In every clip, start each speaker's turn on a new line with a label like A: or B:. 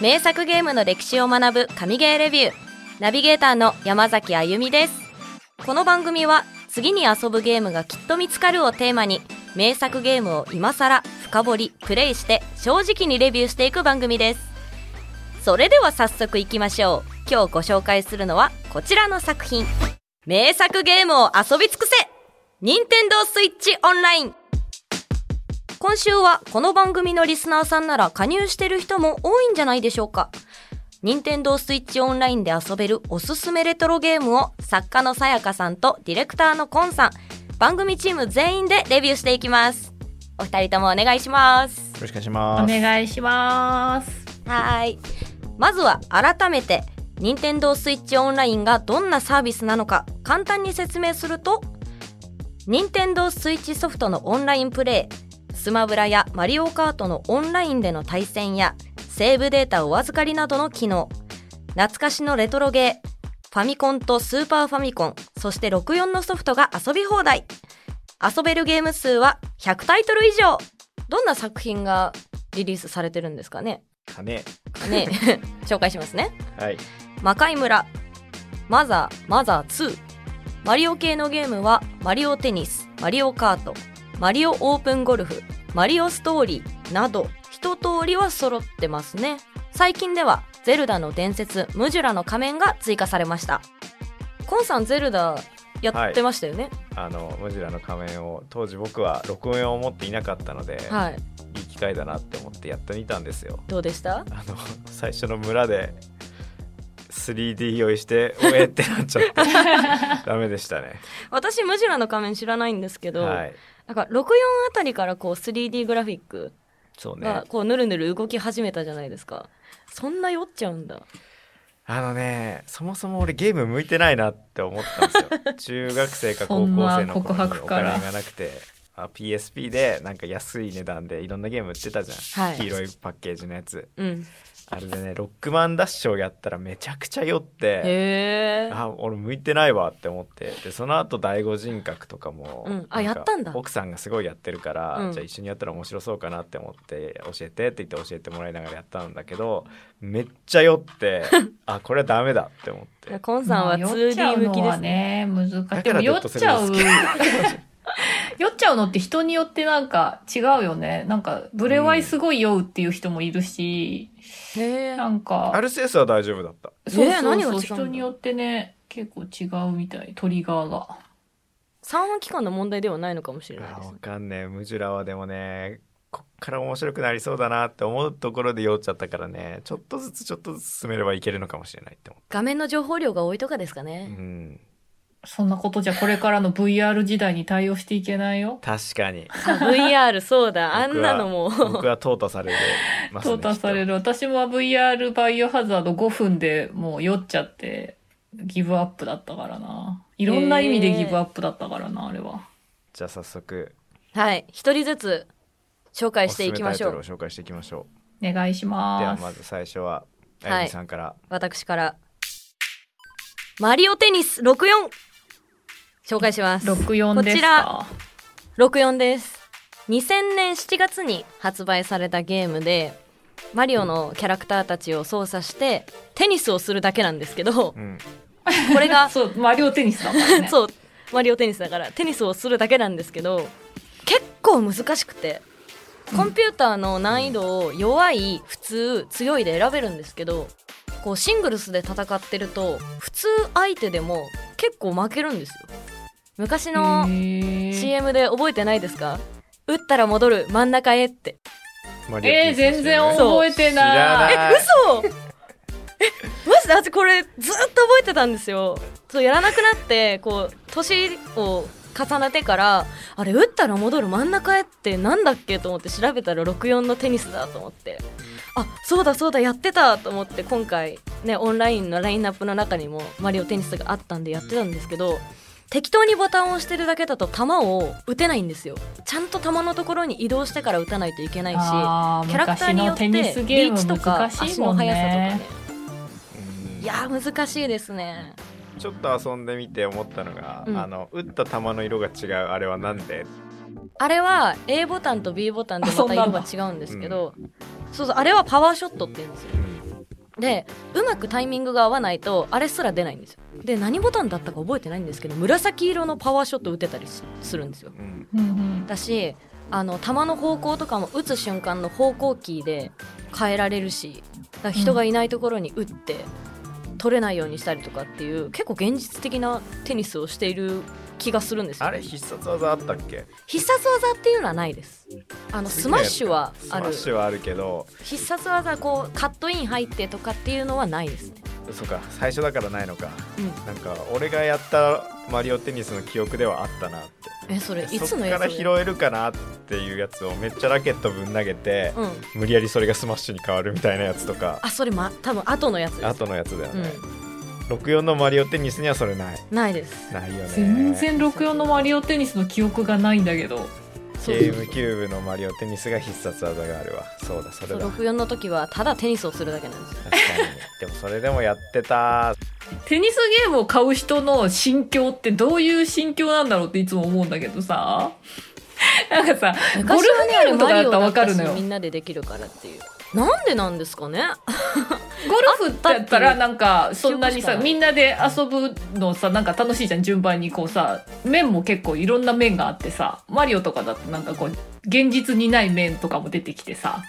A: 名作ゲームの歴史を学ぶ神ゲーレビューナビゲーターの山崎あゆみですこの番組は次に遊ぶゲームがきっと見つかるをテーマに名作ゲームを今更深掘りプレイして正直にレビューしていく番組ですそれでは早速いきましょう今日ご紹介するのはこちらの作品名作ゲームを遊び尽くせ任天堂スイッチオンライン今週はこの番組のリスナーさんなら加入してる人も多いんじゃないでしょうか任天堂スイッチオンラインで遊べるおすすめレトロゲームを作家のさやかさんとディレクターのコンさん番組チーム全員でレビューしていきますお二人ともお願いします
B: ろしくお願いし
C: お
B: ます。
C: 願いします。
A: はーいまずは改めて任天堂スイッチオンラインがどんなサービスなのか簡単に説明すると任天堂スイッチソフトのオンラインプレイスマブラやマリオカートのオンラインでの対戦やセーブデータお預かりなどの機能懐かしのレトロゲーファミコンとスーパーファミコンそして64のソフトが遊び放題遊べるゲーム数は100タイトル以上どんな作品がリリースされてるんですかね
B: かね。
A: ね 紹介しますね
B: はい。
A: 魔界村マザーマザー2マリオ系のゲームはマリオテニスマリオカートマリオオープンゴルフマリオストーリーなど一通りは揃ってますね最近ではゼルダの伝説ムジュラの仮面が追加されましたコンさんゼルダやってましたよね
B: あのムジュラの仮面を当時僕は録音を持っていなかったので、
A: はい、
B: い、い機会だなって思ってやってみたんですよ。
A: どうでした
B: あの最初の村で 3D 用意しておえってなっちゃ ってダメでしたね。
A: 私ムジュラの仮面知らないんですけど、
B: はい。
A: なんか64あたりからこう 3D グラフィック
B: そうね
A: が。こうぬるぬる動き始めたじゃないですかそんな酔っちゃうんだ
B: あのね、そもそも俺ゲーム向いてないなって思ったんです よ。中学生か高校生の
C: そんな告
B: 頃に
C: 白
B: お
C: から
B: 金がなくて。あ PSP でなんか安い値段でいろんなゲーム売ってたじゃん、
A: はい
B: 黄色いパッケージのやつ
A: うん
B: あれでねロックマンダッシュをやったらめちゃくちゃ酔って
A: へえ
B: あ俺向いてないわって思ってでその後第五人格とかも、
A: うんあ
B: な
A: や
B: か
A: ったんだ
B: 奥さんがすごいやってるから、
A: うん
B: じゃあ一緒にやったら面白そうかなって思って教えてって言って教えてもらいながらやったんだけどめっちゃ酔って あこれはダメだって思って
A: コンさんは
C: まあ酔っちゃ
A: 2D
C: う
A: 向
C: の
A: きで
C: は
A: すね
C: ね、難しい。
B: だか
C: でも
B: ら
C: 酔っちゃう
B: デ。
C: 酔っちゃうのって人によってなんか違うよね。なんか、ブレワイすごい酔うっていう人もいるし、
A: へえ
C: なんか、
B: RCS は大丈夫だった
C: そう
A: ねえ
C: そう
A: 何が違う
C: そ
A: の
C: う、人によってね、結構違うみたい。トリガーが。
A: 三半期間の問題ではないのかもしれない
B: あ
A: で
B: わ
A: す
B: かんねえムジュラはでもねこっから面白くなりそうだなって思うところで酔っちゃったからねちょっとずつちょっとずつ進めればいけるのかもしれないって思っ
A: 画面の情報量が多いとかですか
B: て、う
A: ね、
B: ん、
C: そんなことじゃこれからの VR 時代に対応していけないよ。
B: 確かに
A: VR そうだあ
B: 僕
A: ん
B: は
A: なのも
B: 僕は淘汰されるますね
C: 淘汰される。私も VR バイオハザード5分でもう酔っちゃって、ギブアップだったからな。いろんな意味でギブアップだったからな、あれは。
B: じゃあ早速
A: はい一人ずつ紹
B: お
A: 介し
B: す
A: て
B: す
A: い
B: め
A: き
B: タ
A: ま
B: イ
A: しょ
B: トル
A: う
B: を紹介していきましょ
C: お願いし
B: うでは
C: ます。
B: まず最初はあ
A: はい
B: ゆみさんから、
A: 私からマリオテニス64紹介します
C: 64ですか。
A: 64です2000年7月に発売されたゲームでマリオのキャラクターたちを操作してテニスをするだけなんですけどこ
B: うん、
A: れがそ
C: そう、マリオテニスだから
A: う,、
C: ね。
A: マリオテニスだからテニスをするだけなんですけど結構難しくてコンピューターの難易度を弱い普通強いで選べるんですけどこうシングルスで戦ってると普通相手でも結構負けるんですよ昔の
C: へー
A: CM で覚えてないですか打ったら戻る真ん中へって
B: マリオ
C: え
B: テニ
C: ー、
B: ス
C: 全
B: です
C: 然
B: よね
A: そう
C: 覚えて
B: 知ら
C: な。
B: ないい
A: 嘘えマジで私これずっと覚えてたんですよそうやらなくなってこう年を重ねてからあれ打ったら戻る真ん中へってなんだっけと思って調べたら64のテニスだと思ってあそうだそうだやってたと思って今回ねオンラインのラインナップの中にもマリオテニスがあったんでやってたんですけど適当にボタンを押してるだけだと球を打てないんですよちゃんと球のところに移動してから打たないといけないし
C: あー
A: キャラクターによってリーチとか
C: 昔
A: 足
C: の
A: の
C: テニ
A: 速
C: スゲーム難しいもん
A: さとかね
C: ね。
B: うん
A: いやー難しいですね
B: ちょっと遊んでみて思ったのが、
A: うん
B: あの打った球の色が違うあれはなんで
A: あれは A ボタンと B ボタンで
C: あ
A: ま
C: そ
A: た
C: んな
A: 色
C: んだ
A: が違うんですけどそうそうあれはパワーショットって言うんですよでうまくタイミングが合わないとあれすら出ないんですよで何ボタンだったか覚えてないんですけど紫色のパワーショット打てたりすするんですよ
B: うん
C: うんうん
A: だしあの球の方向とかも打つ瞬間の方向キーで変えられるしだから人がいないところに打って取れないようにしたりとかっていう結構現実的なテニスをしている気がするんですよ
B: あれ必殺技あったっけ
A: 必殺技っていうのはないですあのスマッシュは
B: スマ
A: ある
B: ッシュはあるけど
A: 必殺技こうカットイン入ってとかっていうのはないですね
B: そうか最初だからないのか
A: うん
B: なんか俺がやったマリオテニスの記憶ではあったなって
A: えそれいつ
B: そ
A: の
B: こ
A: や
B: か
A: つ
B: ら拾えるかなっていうやつをめっちゃラケットぶん投げて、
A: うん
B: 無理やりそれがスマッシュに変わるみたいなやつとか
A: あそれま多分後のやつです
B: 後のやつだよ
A: う
B: ね、64のマリオテニスにはそれない
A: んないです
B: ないよね
C: 全然64のマリオテニスの記憶がないんだけど
A: そう
B: ゲームキューブのマリオテニスが必殺技があるわそうだそれ
A: そう
B: だ確かに
A: 64の時はただテニスをするだけなんですよ
B: でもそれでもやってた
C: テニスゲームを買う人の心境ってどういう心境なんだろうっていつも思うんだけどさなんかさゴルフゲームとかだったらわかるの
A: 昔はねあれマリオだ
C: よ
A: ったしみんなでできるからっていうなんでなんですかね
C: ゴルフだったらなんかそんな
A: 記憶し
C: に
A: か
C: さ
A: ない
C: みんなで遊ぶのさなんか楽しいじゃん順番にこうさ面も結構いろんな面があってさマリオとかだとなんかこう現実にない面とかも出てきてさ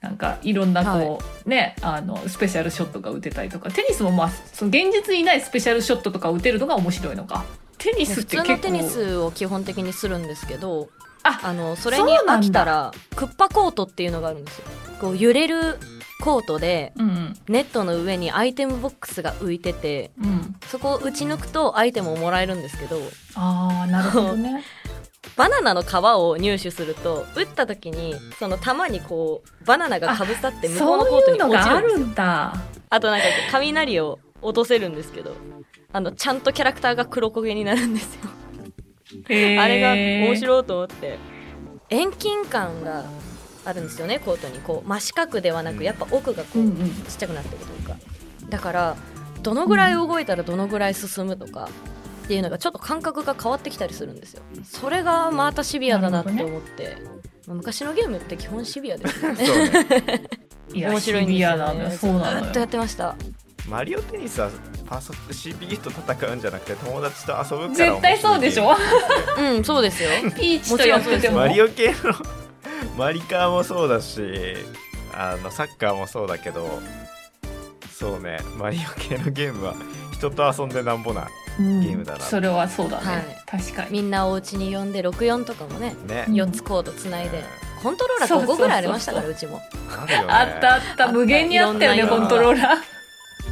C: なんかいろんなこう、ねあのスペシャルショットが打てたりとかテニスもまあその現実にないスペシャルショットとか打てるのが面白いのかテニスっ
A: 普
C: て
A: 通
C: 結
A: の
C: 構
A: テニスを基本的にするんですけど
C: あ
A: あのそれに
C: そうな
A: 飽
C: んだ
A: きたらクッパコートっていうのがあるんですよこう揺れるコートで
C: うんうん
A: ネットの上にアイテムボックスが浮いてて
C: うん
A: そこを打ち抜くとアイテムをもらえるんですけど
C: ああなるほ どね
A: バナナの皮を入手すると打った時にその玉にこうバナナがかぶさって向こうのコ
C: そ
A: ー
C: う
A: ト
C: いう
A: に
C: の
A: 落ちる
C: があ
A: んですよ
C: るんだ
A: あとなんかこう雷を落とせるんですけどあのちゃんとキャラクターが黒焦げになるんですよ、
C: へー
A: あれが面白いと思って遠近感があるんですよねコートにこう真四角ではな
B: う
A: く
B: ん
A: やっぱ奥がこう、
C: うんうん
A: ちっちゃくなってるというかだからどのぐらい動いたらどのぐらい進むとかっていうのがちょっと感覚が変わってきたりするんですよそれがまたシビアだなって思って、まあ昔のゲームって基本シビアですよね
B: そうね
C: いや
A: 面白いんです
C: シビ
A: よ
C: ア
A: ね
C: なんだよそうな
A: ず
C: の
A: っとや
C: よ
A: ってました
B: マリオテニスはパソ CPU と戦うんじゃなくて友達と遊ぶから
C: 絶対そうでしょ
A: うんそうですよ
C: ピーチとやってて も
B: マリオ系のマリカーもそうだしあのサッカーもそうだけどそうねマリオ系のゲームは人と遊んでなんぼな
C: うん
B: ゲームだな
C: それはそうだね、
A: はい
C: 確かに
A: みんなお家に呼んで64とかもね
B: ね、
C: うん
A: 4つコードつないで、
B: うん
A: コントローラ
C: そう
A: ー
C: そ
A: 5個
C: うそうそう
A: ぐらいありましたからうちも
B: あるよね
C: あったあった無限にあったよ
A: い
C: ね
A: ろんな
C: コントローラー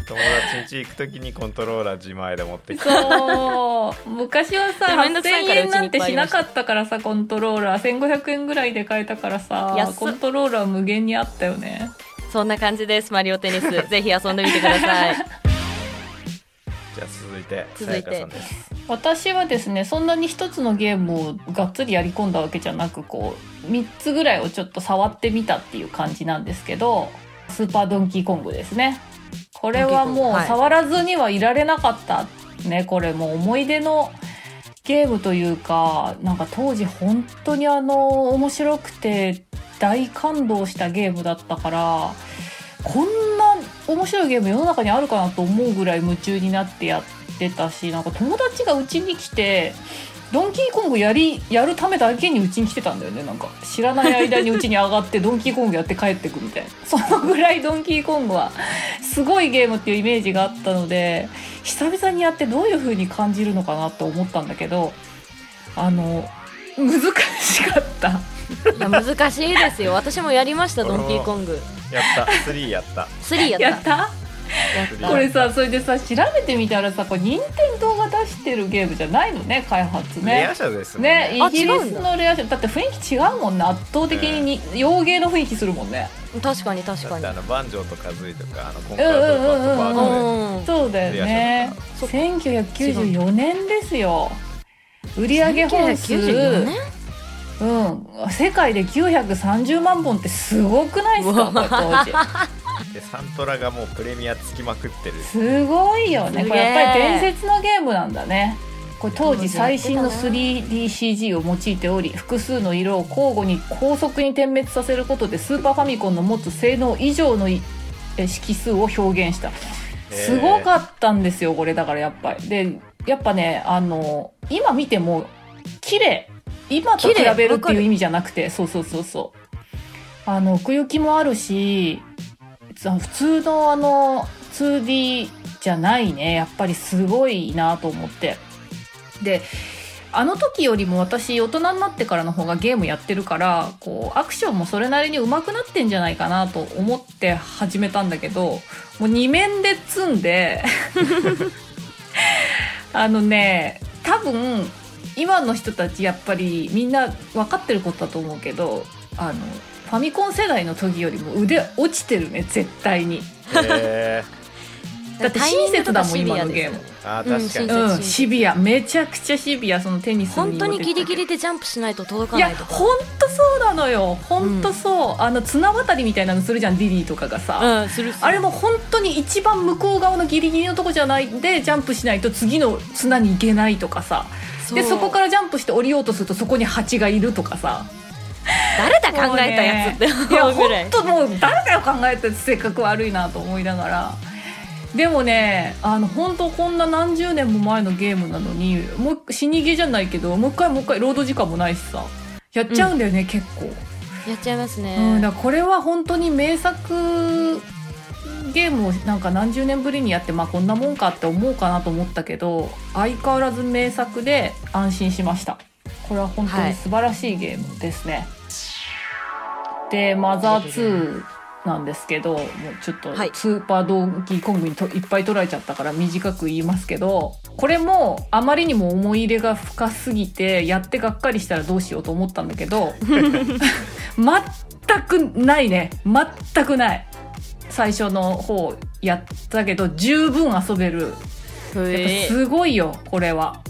B: 友達ん家行く時にコントローラー自前で持ってきて
C: そう昔はさ
A: でもめんど
C: 8000
A: くさいから
C: 円なんてしなかったからさコントローラー1500円ぐらいで買えたから
A: 安
C: さ
A: っ
C: コントローラー無限にあったよね
A: そんな感じですマリオテニ スぜひ遊んでみてください
B: じゃあ続いて
A: 続い
B: さやかさ
A: て
B: んです
C: 私はですねそんなに一つのゲームをがっつりやり込んだわけじゃなくこう3つぐらいをちょっと触ってみたっていう感じなんですけどスーパードンキーコングですねこれは
A: ドンキーコング
C: もう
A: はい
C: 触らずにはいられなかったねこれもう思い出のゲームというかなんか当時本当にあの面白くて大感動したゲームだったからこんな面白いゲーム世の中にあるかなと思うぐらい夢中になってやってたしなんか友達がうちに来てドンキーコングやりやるためだけにうちに来てたんだよねなんか知らない間にうちに上がってドンキーコングやって帰ってくみたいなそのぐらいドンキーコングはすごいゲームっていうイメージがあったので久々にやってどういう風に感じるのかなと思ったんだけどあの難しかった。
A: いや難しいですよ私もやりましたド
B: 俺
A: ン
B: も
A: キーコング
B: やった3や った
A: 3やった
C: やった
A: やった
C: これさそれでさ調べてみたらさこれ任天堂が出してるゲームじゃないのね開発
B: レ
C: ね
B: ア。車ですもん
C: ね
B: ね
A: あ
C: イギ
A: 違
C: リ
A: うん
C: ス
A: だ
C: のレア車だって雰囲気違うもんね圧倒的にに洋芸の雰囲気するもんね
A: 確かに確
B: だ
A: か
B: っ
A: に
B: てあのバンジョーとカズイとかあのコンカートとかとバー
C: あ
B: ド
A: うん
B: で、
C: のそうだよね
A: そっか
C: 1994年ですよ売上本数
A: 1994年
C: うん世界で930万本ってすごくないですか
A: う
C: こ
A: わ
C: れ当時
B: でサントラがもうプレミアつきまくってる
C: すごいよ
A: すげ
C: ね
A: ー
C: これやっぱり伝説のゲームなんだねこれ当時最新の
A: 当時
C: 3DCG を用いており複数の色を交互に高速に点滅させることでスーパーファミコンの持つ性能以上のいえ色数を表現した
B: えー
C: すごかったんですよこれだからやっぱりでやっぱねあの今見ても綺麗今と比
A: 綺麗
C: べるっ
A: わか
C: てい
A: る
C: う意味じゃなくてそうそうそうそうあの奥行きもあるし普通のあの 2D じゃないねやっぱりすごいなと思ってであの時よりも私大人になってからの方がゲームやってるからこうアクションもそれなりに上手くなってんじゃないかなと思って始めたんだけどもう2面で積 んであのね多分今の人たちやっぱりみんな分かってることだと思うけどあのファミコン世代の時よりも腕落ちてるね絶対に
B: え
C: だって
A: タイミン
C: 親
A: グと
C: 切
A: か
C: だもん
A: シビ
C: 今
A: アです
C: のゲーム
B: ー、あー
A: うん
B: 確かに、
A: 親切
C: うんシビアめちゃくちゃシビアそのテニスに
A: 本当にギリギ
C: リ
A: リでジャンプしないと届か
C: い
A: な
C: や
A: いとか
C: 本当そうなのよ本当そう、あの綱渡りみたいなのするじゃんディディとかがさ、
A: うんするする
C: あれも本当に一番向こう側のギリギリのとこじゃないんでジャンプしないと次の綱に行けないとかさでそこかららジャンプして降りようとするとそこに蜂がいるとかさ
A: 誰だ考えたやつって
C: いや
A: 思うぐらい
C: 本当もう誰だよ考えた性格悪いなと思いながらでもねあの本当こんな何十年も前のゲームなのにもう一死にゲーじゃないけどもう一回もう一回労働時間もないしさやっちゃうんだよね、結構。
A: やっちゃいますね、
C: うん、だからこれは本当に名作ゲームをなんか何十年ぶりにやって、まあ、こんなもんかって思うかなと思ったけど相変わらず名作で安心しましたこれは本当に素晴らしいゲームですね、でマザー2なんですけどもうちょっと
A: はい
C: スーパードンキーコングにといっぱい取られちゃったから短く言いますけどこれもあまりにも思い入れが深すぎてやってがっかりしたらどうしようと思ったんだ けど全くないね全くない最初の方やったけど十分遊べ
A: へ
C: るやっぱ
A: え
C: すごいよこれは。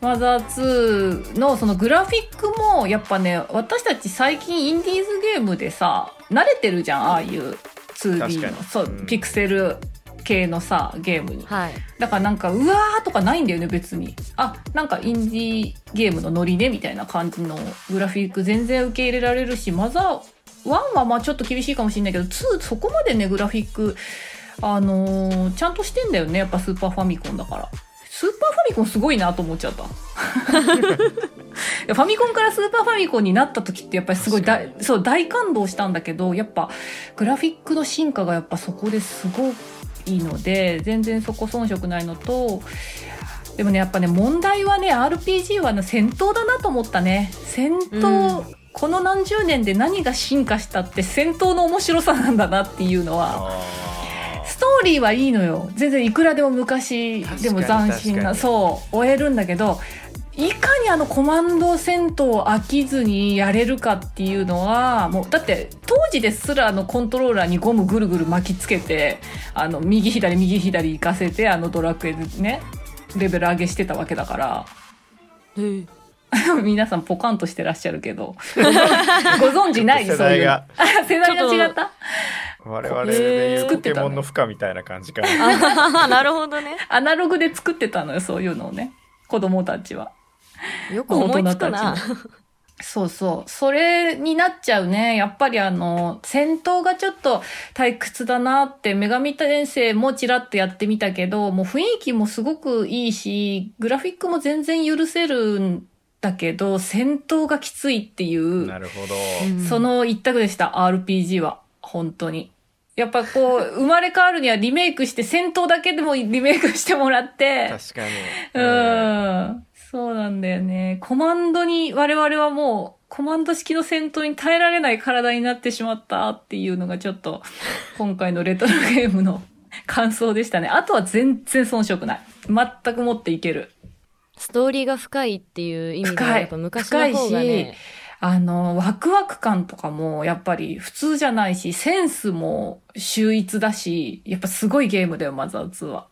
C: マザー2のそのグラフィックもやっぱね私たち最近インディーズゲームでさ慣れてるじゃんああいう
B: 確
C: 2D
B: かに
C: のそう、
B: うん
C: ピクセル系のさゲームに
A: はい
C: だからなんかうわーとかないんだよね別にあなんかインディーゲームのノリねみたいな感じのグラフィック全然受け入れられるしマザー1はまあちょっと厳しいかもしれないけど2そこまでねグラフィックあのーちゃんとしてんだよねやっぱスーパーファミコンだからスーパーファミコンすごいなと思っちゃった いやファミコンからスーパーファミコンになった時ってやっぱりすごい大
B: 確
C: そう大感動したんだけどやっぱグラフィックの進化がやっぱそこですごいので全然そこ遜色ないのとでもねやっぱね問題はね RPG はね戦闘だなと思ったね戦闘、この何十年で何が進化したって戦闘の面白さなんだなっていうのは
B: あー
C: ストーリーはいいのよ全然いくらでも昔でも
B: 確かに
C: 斬新
B: 確か
C: な
B: に
C: そう終えるんだけどいかにあのコマンド戦闘を飽きずにやれるかっていうのはもうだって当時ですらあのコントローラーにゴムぐるぐる巻きつけてあの右左右左行かせてあのドラクエでねレベル上げしてたわけだから。
A: うん
C: 皆さんポカンとしてらっしゃるけど ご存知ない
B: 世
C: そうい
B: 代
C: う
B: が
C: あ 世代が違った
B: 我々でい
A: えー
B: う
A: 作
B: ポ
C: って
B: ケ
C: たの
B: モンの負荷みたいな感じかな
A: あ ははなるほどね
C: アナログで作ってたのよそういうのをね子供たちは
A: よく思いつく
C: まあ
A: な
C: 大人そうそうそれになっちゃうねやっぱりあの戦闘がちょっと退屈だなって女神転生もちらっとやってみたけどもう雰囲気もすごくいいしグラフィックも全然許せるんだけど戦闘がきついっていう
B: なるほど、
A: うん
C: その一択でした、RPG は。本当に。やっぱこう、生まれ変わるにはリメイクして、戦闘だけでもリメイクしてもらって。
B: 確かに、
C: う
B: うん
C: ん。そうなんだよね。コマンドに、我々はもう、コマンド式の戦闘に耐えられない体になってしまったっていうのがちょっと、今回のレトロゲームの感想でしたね。あとは全然遜色ない。全く持っていける。
A: ストーリーが深いっていう意味で
C: 深
A: はいやっぱ昔の方がね
C: あの、ワクワク感とかも、やっぱり普通じゃないし、センスも秀逸だし、やっぱすごいゲームだよ、マザー2は。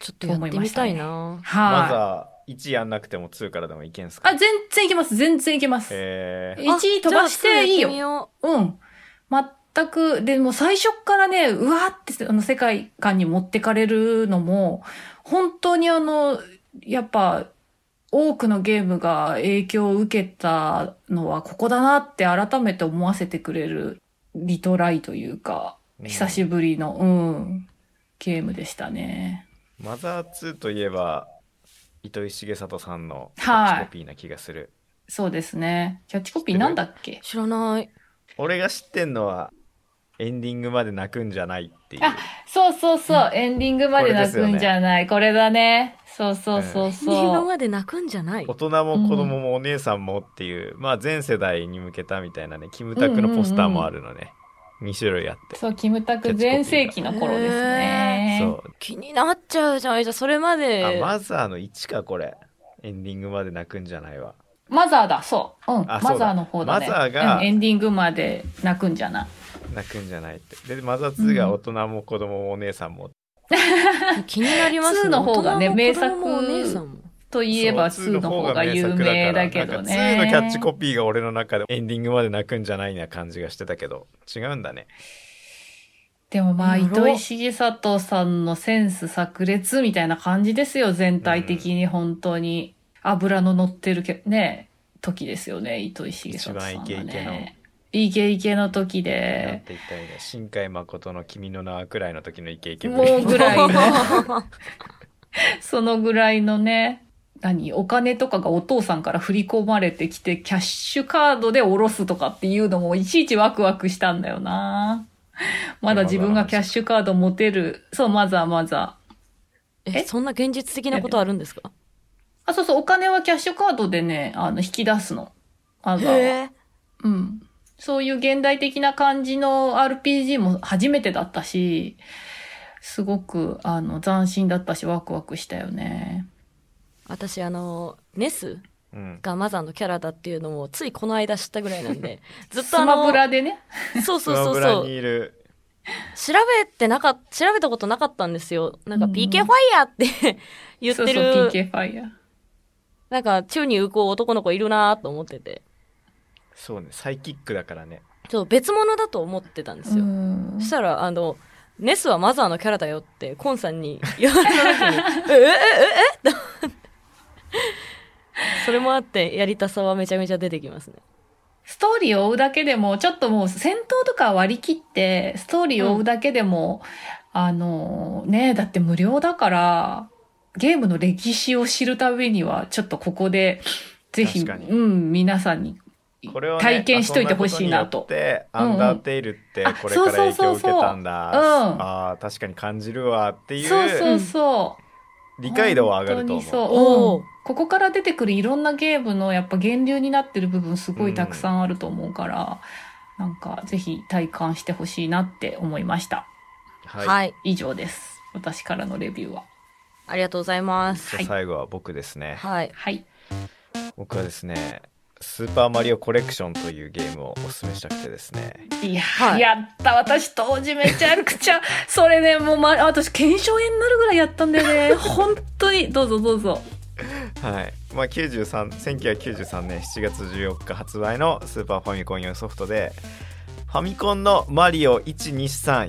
A: ちょっとやってみたいな
B: まず
C: はい、
B: は1やんなくても2からでもいけんすか
C: あ、全然いけます、全然いけます。
B: えー、
C: 1位飛ばしていいよ。
A: よ
C: うん。全く、でも最初っからね、うわーってあの世界観に持ってかれるのも、本当にあの、やっぱ、多くのゲームが影響を受けたのはここだなって改めて思わせてくれるリトライというか、久しぶりの、うん、ゲームでしたね。
B: マザー2といえば糸井重里さんのキャ
C: はい
B: ッチコピーな気がする、
C: そうですね。キャッチコピーなんだっけ
A: 知らない。
B: 俺が知ってんのはエンディングまで泣くんじゃないっていう
C: あそうそうそう、エンディングまで泣くんじゃない。これ,、だね。そうそうそう
A: 今
C: そう。
A: まで泣くんじゃない
B: 大。人も子供もお姉さんもっていう、まあ全世代に向けたみたいなねキムタクのポスターもあるのね、2種類あって
C: そう、キムタク全盛期の頃ですね。
B: そう
A: 気になっちゃうじゃん。じゃあそれまで。
B: あマザーの1かこれエンディングまで泣くんじゃないわ
C: マザーだ、そう。うん、
B: あ
C: マ
B: そうだ
C: ザーの方だね。
B: マザーが
C: うんエンディングまで泣くんじゃない。
B: 泣くんじゃないってでマザー2が大人も子供もお姉さんも、
A: 気になります
C: ツ
A: ね。
C: ーの方がね
A: 大人も子供もお
C: 名作
A: 姉さんも。
C: といえば、
B: そう
C: 2の方が有名だけどね。
B: 2のキャッチコピーが俺の中でエンディングまで泣くんじゃないな感じがしてたけど違うんだね
C: でもま
A: な
C: あ、
A: るほ
C: 糸
A: ど
C: 井重里さんのセンス炸裂みたいな感じですよ、全体的に本当に。油の乗ってるけ、ね、時ですよね、糸井重里さんは、ね。
B: 一番イケイケの
C: イケイケの時
B: なっ
C: で、
B: ていったよね新海誠の「君の名は」くらいの時のイケイケぶり
C: もうぐらいの、そのぐらいのね、何お金とかがお父さんから振り込まれてきて、キャッシュカードで下ろすとかっていうのもいちいちワクワクしたんだよな。まだ自分がキャッシュカード持てる。そう、マザーマザー。え
A: え、そんな現実的なことあるんですか
C: あ、そうそう、お金はキャッシュカードでね、あの、引き出すの。あざは。
A: え。
C: うん。そういう現代的な感じの RPG も初めてだったし、すごく、あの、斬新だったし、ワクワクしたよね。
A: 私、あの、ネス
B: うん、
A: がマザーのキャラだっていうのも、ついこの間知ったぐらいなんで、ずっ
C: ス
A: とあの、
C: マブラでね。
A: そうそう
B: スマ
A: そう
B: ブ
A: そ
B: ラ
A: う
B: に。いる
A: 調べてなかっ、調べたことなかったんですよ。なんか
C: うん
A: PK ファイヤーって言ってる、
C: そうそう、PK ファイヤー。
A: なんか宙に浮こう男の子いるなと思ってて。
B: そうねサイキックだからね
A: ちょっと別物だと思ってたんですよ。
C: うん
A: そしたら、あの、ネスはマザーのキャラだよって、コンさんに言われた時に、ええええええとそれもあって、やりたさはめちゃめちゃ出てきますね。
C: ストーリーを追うだけでも、ちょっともう戦闘とか割り切って、ストーリーを追うだけでも、あの、ねだって無料だから、ゲームの歴史を知るためには、ちょっとここで、ぜひ、
B: 確かに
C: うん、皆さんに
B: これを、ね、
C: 体験しといてほしいなと。
B: 遊んだこと
C: うん
B: によって
C: うん
B: アンダーテイルって
C: あ
B: これから影響を受けたんだ
C: そうそうそううん
B: あー確かに感じるわってい
C: そうそううそう。
B: 理解度は上がると
C: 本当にそ
B: 思う
C: う、
A: お
C: うん
A: ー
C: ここから出てくるいろんなゲームのやっぱ源流になってる部分すごいたくさんあると思うから、なんかぜひ体感してほしいなって思いました。
A: はい。
B: はい
C: 以上です。私からのレビューは。
A: ありがとうございます。
B: じゃあ最後は僕ですね、
A: はい。
C: はい。
B: 僕はですね「スーパーマリオコレクション」というゲームをおすすめしたくてですね
C: いや、
A: はい
C: やった。私当時めちゃくちゃ、それね、もう、ま、私、検証炎になるぐらいやったんだよね。 本当に。どうぞどうぞ。
B: はいまあ、93 1993年7月14日発売のスーパーファミコン用ソフトでファミコンのマリオ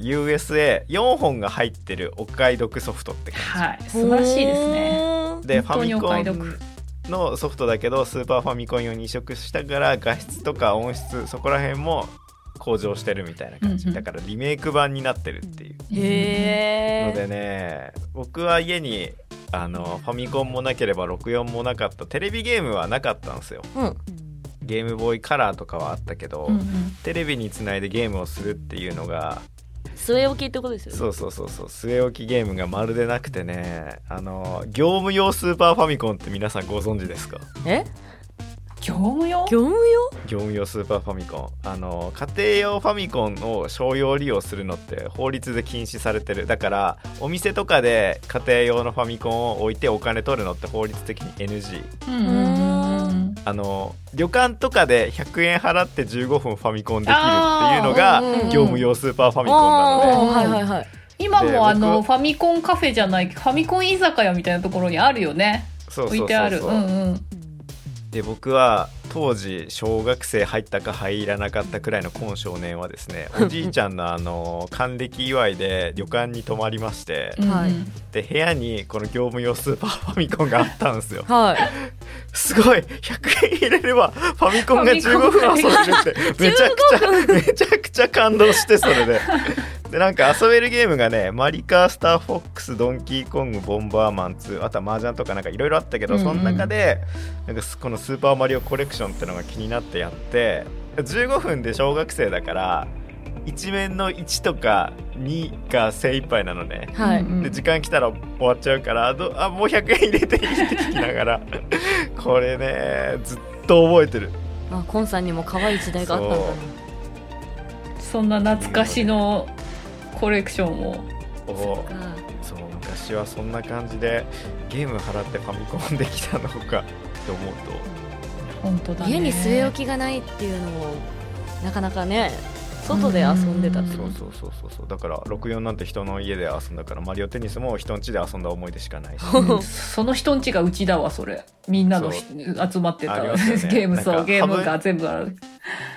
B: 123USA4 本が入ってるお買い得ソフトって感じ、
C: はい。素晴らしいですね。
A: ね。
B: でフ
C: 本当
B: ァ
C: に
B: ミ
C: お
B: コ
C: 買い得
B: ンのソフトだけどスーパーファミコン用に移植したから画質とか音質そこら辺も向上してるみたいな感じ、
C: うんうん
B: だからリメイク版になってるっていうの
A: へ
B: で
A: え。
B: ね僕は家にあのファミコンもなければ64もなかったテレビゲームはなかったんですよ
A: うん。
B: ゲームボーイカラーとかはあったけど、
C: うんうん
B: テレビにつないでゲームをするっていうのが
A: 据え置きってことですよね。
B: そうそうそうそう据え置きゲームがまるでなくてねあの業務用スーパーファミコンって皆さんご存知ですか
A: え
C: 業務用
A: 業務用
B: 業務用スーパーファミコンあの家庭用ファミコンを商用利用するのって法律で禁止されてるだからお店とかで家庭用のファミコンを置いてお金取るのって法律的に NG
C: うんうんうん
B: あの旅館とかで100円払って15分ファミコンできるっていうの
C: あーうん
B: が
C: うんうん
B: 業務用スーパーファミコンなので、
A: あーはいはいはい。
C: 今
B: で
C: もあの
B: 僕
C: ファミコンカフェじゃないファミコン居酒屋みたいなところにあるよね
B: そうそうそうそう
C: 置いてあるうんうん
B: で僕は当時小学生入ったか入らなかったくらいの今少年はですねおじいちゃんのあの還暦祝いで旅館に泊まりまして
C: うんうん
A: はい
B: で部屋にこの業務用スーパーファミコンがあったんですよ
A: はい。
B: すごい100円入れればファミコンが
C: ファミコン
B: 15分遊べるってめちゃくちゃめちゃくちゃ感動してそれででなんか遊べるゲームがねマリカスターフォックスドンキーコングボンバーマン2あとは麻雀とかなんかいろいろあったけど、
C: うんうん
B: その中でなんかすこの「スーパーマリオコレクション」ってのが気になってやって15分で小学生だから一面の1とか2が精一杯なのね。
A: はい、
C: うん
B: で時間来たら終わっちゃうからどあもう100円入れていいって聞きなが らこれねずっと覚えてる
A: あコンさんにも可愛い時代があったんだね
C: そんな懐かしのコレクションを
B: お
A: そ
B: お
A: っか
B: そう昔はそんな感じでゲーム払ってファミコンできたのかって思う
C: 本当だね
A: 家に据え置きがないっていうのもなかなかね外で遊んでたって
B: と、
A: こと
B: そうそうそうそうそうだから64なんて人の家で遊んだからマリオテニスも人ん家で遊んだ思い出しかないし
C: うん その人んちがうちだわそれみんなのひ集まって
B: あ
C: た、
B: りますよね
C: ゲーム
B: な
C: そ
B: んか
C: うゲーム
B: ハ
C: が全部ある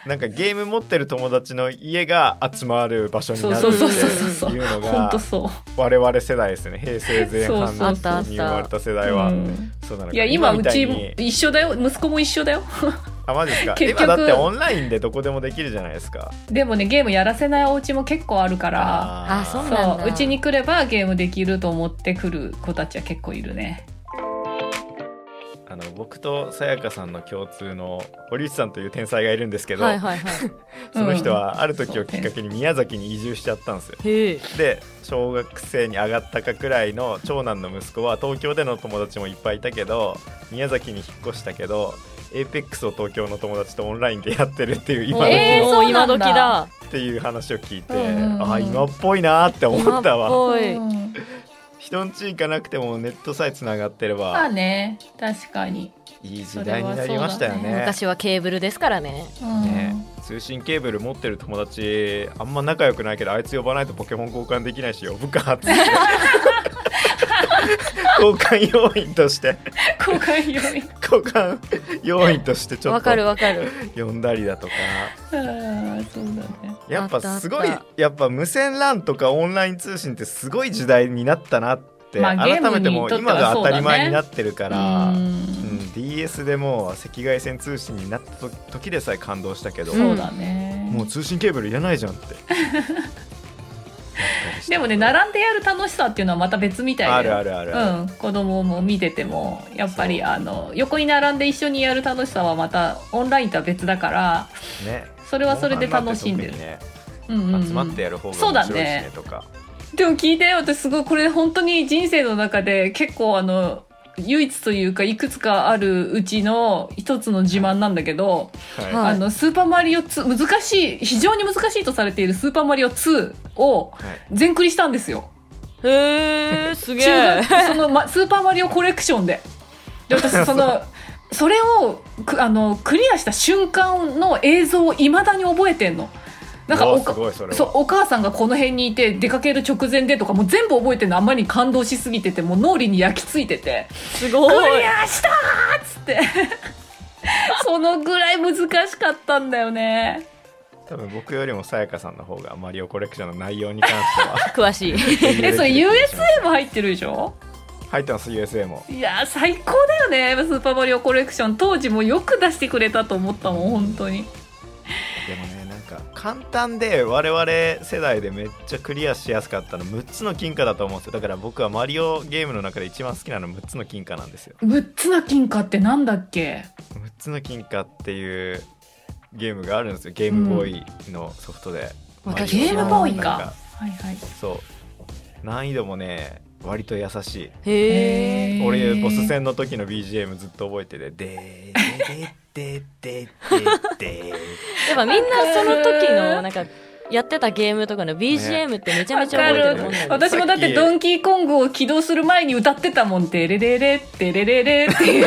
B: なんかゲーム持ってる友達の家が集まる場所になる
A: そうそうそう
B: って
C: そうそう
B: いうの
C: 本
B: が
C: 当そ
B: 我々世代ですね平成前半
C: そうそうそうあ
A: ったあった
B: に生まれた世
C: う、
B: 代は
C: うん、
B: そうなのか
C: いや今う
B: みた
C: ち
B: いに
C: 一緒だよ息子も一緒だよ
B: あマジ ですか
C: 結
B: 今
C: 局
B: だってオンラインでどこでもできるじゃないですか
C: でもねゲームやらせないお家も結構あるから
A: あそうなんだ
C: そううちに来ればゲームできると思ってくる子たちは結構いるね
B: あの僕とさやかさんの共通の堀内さんという天才がいるんですけど、
A: はいはいはい
B: その人はある時をきっかけに宮崎に移住しちゃったんですよ。
A: へえ
B: で小学生に上がったかくらいの長男の息子は東京での友達もいっぱいいたけど宮崎に引っ越したけど APEX を東京の友達とオンラインでやってるっていう今時
A: えー、
B: の
A: そう
C: 今
A: 今
C: 時
A: 時だ
B: っていう話を聞いて、
C: うんうんうん
B: あ今っぽいなーって思ったわ。
A: 今っぽい
C: うん
B: 人んち行かなくてもネットさえつながってれ
C: まあ
B: ば
C: ね確かに、
B: いい時代になりましたよ
C: そ
B: ね。
C: れ
A: 昔はケーブルですからね
C: うん
B: ね通信ケーブル持ってる友達あんま仲良くないけどあいつ呼ばないとポケモン交換できないし呼ぶかっつって交換要員として
C: 公開より
B: 交換要員としてちょ
A: わ
B: っと
A: かるわかる
B: 呼んだりだとか
C: ああそうだね
B: やっ
A: あったあっ
B: ぱ
A: た
B: すごいやっぱ無線 LAN とかオンライン通信ってすごい時代になったなって、
C: まあ
B: 改めても
C: ゲームにとって
B: 今
C: は
B: が
C: そ
B: 当
C: うだね
B: たり前になってるから。
C: う
B: うんん DS でもう赤外線通信になった時時でさえ感動したけど、
A: うん
C: そうだね、
B: もう通信ケーブルいらないじ ゃんって
C: でもね並んでやる楽しさっていうのはまた別みたいで
B: あるあるあるある、
C: うん、子供も見ててもやっぱりあの横に並んで一緒にやる楽しさはまたオンラインとは別だから
B: ね
C: それはそれで楽しんでる
B: 後、半なんて
C: うんう
B: 特に
C: んうん
B: ね集まってやる方が面白いしねとか
C: でも聞いてよ私すごいこれ本当に人生の中で結構あの唯一というかいくつかあるうちの一つの自慢なんだけど、
A: ねは
B: はい
C: あのスーパーマリオ2難しい非常に難しいとされているスーパーマリオ2を
B: い、
C: 全クリしたんですよ
A: へえすげ
C: 中
A: え
C: 学その、ま、スーパーマリオコレクションでで私 そのそれをくあのクリアした瞬間の映像をいまだに覚えてんのなんか
B: うわ
C: おか
B: すごいそれは
C: そうお母さんがこの辺にいて出かける直前でとかもう全部覚えてるのあんまりに感動しすぎててもう脳裏に焼き付いてて
A: す
C: 「
A: ご
C: ク
A: い
C: リアした!」っつって そのぐらい難しかったんだよね
B: 多分僕よりもさやかさんの方がマリオコレクションの内容に関して は
A: 詳しい
C: えそれ USA も入ってるでしょ
B: 入ってます USA も
C: いやー最高だよねスーパーマリオコレクション当時もよく出してくれたと思ったもん本当に
B: でもねなんか簡単で我々世代でめっちゃクリアしやすかったの6つの金貨だと思うんですよだから僕はマリオゲームの中で一番好きなの6つの金貨なんですよ
C: 6つの金貨ってなんだっけ
B: 6つの金貨っていうゲームがあるんですよゲームボーイのソフトで、
A: うん
B: マリオ
C: ゲームボーイ
B: なん
C: かはいはい
B: そう難易度もね割と優しい
A: へえ
C: へー
B: 俺ボス戦の時の BGM ずっと覚えてて「でーでーでーでー でーでー
A: やっぱみんなその時のなんかやってたゲームとかの BGM ってめちゃめ
C: わ
A: ちゃ覚
C: か
A: えて
C: る
A: るもんなんです
C: 私もだってドンキーコングを起動する前に歌ってたもんてレレレテレレレっていう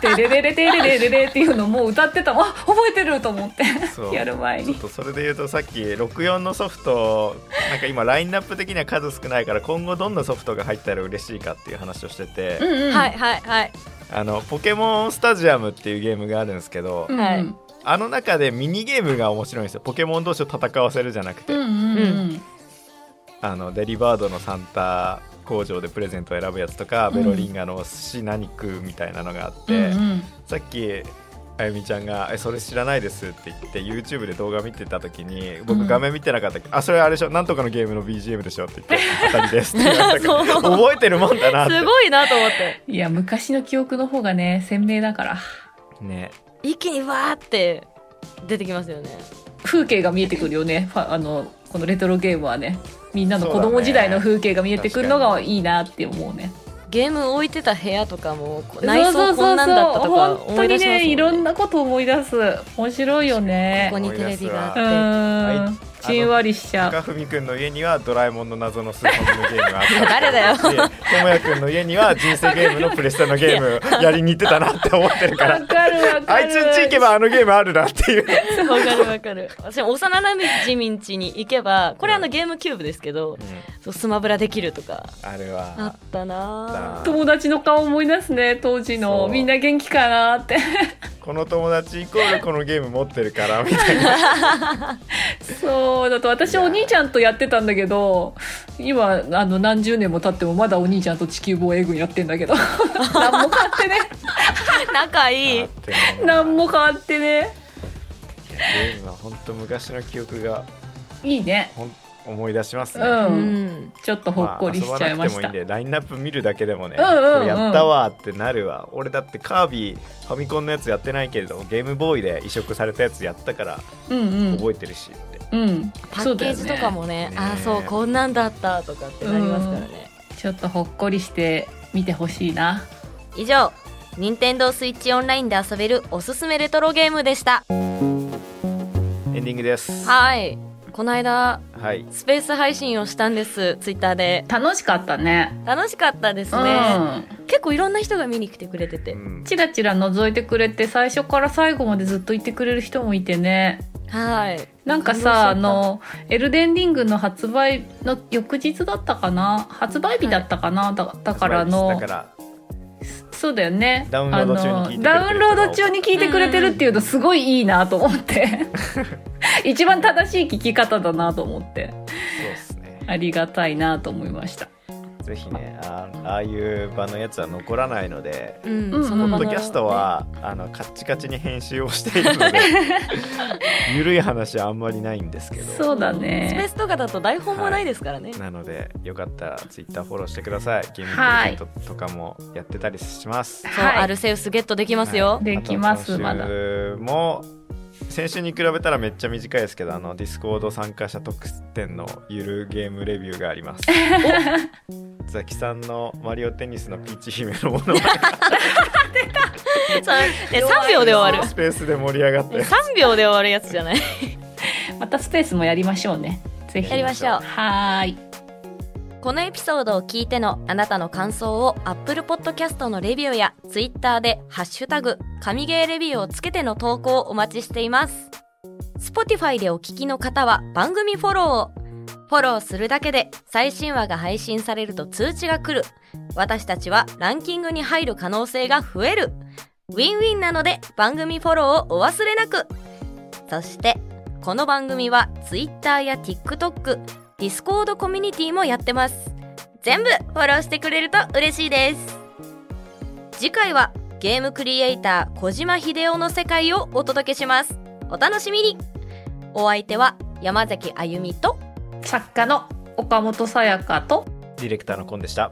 C: テレレレテレレレレっていうのもう歌ってたもんあ覚えてると思って
B: そう
C: やる前
B: ちょ
C: に
B: っとそれで言うとさっき64のソフトなんか今ラインナップ的には数少ないから今後どんなソフトが入ったら嬉しいかっていう話をしてて、
C: うんうん
A: はいはいはい
B: あのポケモンスタジアムっていうゲームがあるんですけど、
C: うんうん
A: はい
B: あの中でミニゲームが面白いんですよポケモン同士を戦わせるじゃなくて、
C: うんうんうん
B: あのデリバードのサンタ工場でプレゼントを選ぶやつとか、
C: うん
B: ベロリンガの寿司何食うみたいなのがあっ
C: う
B: て、
C: んうん
B: さっきあゆみちゃんが「えそれ知らないです」って言って YouTube で動画見てた時に
C: う
B: 僕
C: ん
B: 画面見てなかったけど、あそれあれでしょなんとかのゲームの BGM でしょ」って言 って「当たりです」って言われたから
A: そう
B: 覚えてるもんだなって
A: すごいなと思って
C: いや昔の記憶の方がね鮮明だから
B: ね
A: 一気にわーって出てきますよね
C: 風景が見えてくるよねファあのこのレトロゲームはねみんなの
B: そう
C: 子
B: だね
C: 供時代の風景が見えてくるのがいいなって思うね
A: ゲーム置いてた部屋とかもこう内装こんなんだったとか
C: そうそうそう本
A: 思
C: 当
A: い出
C: に
A: します
C: ね
A: もん
C: いろんなこと思い出す面白いよね
A: ここにテレビが
C: う
A: あっ
C: ーんじんわりしちゃう
B: 高文くんの家には「ドラえもんの謎のスーパーのゲーム」があってた
A: 誰だよ
B: でともやくんの家には人生ゲームのプレステのゲームやりに行ってたなって思ってるから
C: わかるわか
B: あ
C: る
B: いつんち行けばあのゲームあるなっていう
A: わかるわかる私も幼なじみんちに行けばこれあのゲームキューブですけどそうスマブラできるとか
B: あれ
A: あ
B: は
A: ったな
B: あっ
C: 友達の顔思い出すね当時
B: そ
C: の
B: う
C: みんな元気かなって
B: この友達イコールこのゲーム持ってるからみたいな
C: そうだと私
B: いや
C: お兄ちゃんとやってたんだけど今あの何十年も経ってもまだお兄ちゃんと地球防衛軍やってんだ けど何も変わってね
A: ぁ 仲いい
C: 何も変わってね
B: いやゲームは本当昔の記憶が
C: いいね
B: ほん思い出します
C: う
B: ね、
C: ん、
A: うん
C: ちょっとほっこりしちゃいまし
B: まあ遊ばなくて
C: た、
B: もいいんでラインナップ見るだけでもね、
C: うんうんうん
B: これやったわってなるわ俺だってカービィファミコンのやつやってないけれどゲームボーイで移植されたやつやったから
C: うんうん
B: 覚えてるしって、
C: うん
A: パ
C: そ
A: ッ
C: う
A: ケ
C: だ
A: ー
C: よ
A: ジ
C: ね
A: とかもね
B: ね
A: ああそうこんなんだったとかってなりますからね
C: ちょっとほっこりして見てほしいな
A: 以上任天堂スイッチオンラインで遊べるおすすめレトロゲームでした
B: エンディングです
A: はいこの間
B: はい
A: スペース配信をしたんですツイッターで
C: 楽しかったね
A: 楽しかったですね、
C: ね
A: 結構いろんな人が見に来てくれてて、
B: うん
C: チラチラ覗いてくれて最初から最後までずっといてくれる人もいてね
A: はい
C: なんかさあの「エルデンリング」の発売の翌日だったかな発売日だったかな、だだからあの
B: だから
C: そうだよね
B: ダウンロード中に聞いてくれてる人が
C: あのダウンロード中に聞いてくれてるっていうのすごいいいなと思って 一番正しい聞き方だなと思って
B: そうですね
C: ありがたいなと思いました
B: ぜひねあああいう場のやつは残らないので
A: うん、
C: うん
A: そ
B: ポ
A: の
B: ッ
A: 場の
B: ドキャストは、あのカッチカチに編集をしている ので ゆるい話はあんまりないんですけど
C: そうだ
A: スペー
C: ね
A: スとかだと台本もないですからね、
B: なのでよかったらツイッターフォローしてくださいゲームプ
C: はい
B: レゼントとかもやってたりします
A: そう、
C: はい
A: アルセウスゲットできますよ、
C: できます
B: あと
C: まだ
B: 今週も先週に比べたらめっちゃ短いですけどあのディスコード参加者特典のゆるゲームレビューがあり ますおザキさんのマリオテニスのピーチ姫のものまね
A: そうえ3秒で終わる
B: スペースで盛り上が って
A: 3秒で終わるやつじゃない
C: またスペースもやりましょうねぜひ
A: やりましょう
C: はーい
A: このエピソードを聞いてのあなたの感想を Apple Podcast のレビューや Twitter で「ハッシュタグ神ゲーレビュー」をつけての投稿をお待ちしています Spotify でお聞きの方は番組フォローをフォローするだけで最新話が配信されると通知が来る私たちはランキングに入る可能性が増えるウィンウィンなので番組フォローをお忘れなくそしてこの番組は Twitter や TikTok ディスコードコミュニティもやってます全部フォローしてくれると嬉しいです次回はゲームクリエイター小島秀夫の世界をお届けしますお楽しみにお相手は山崎あゆみと
C: 作家の岡本さやかと
B: ディレクターのコンでした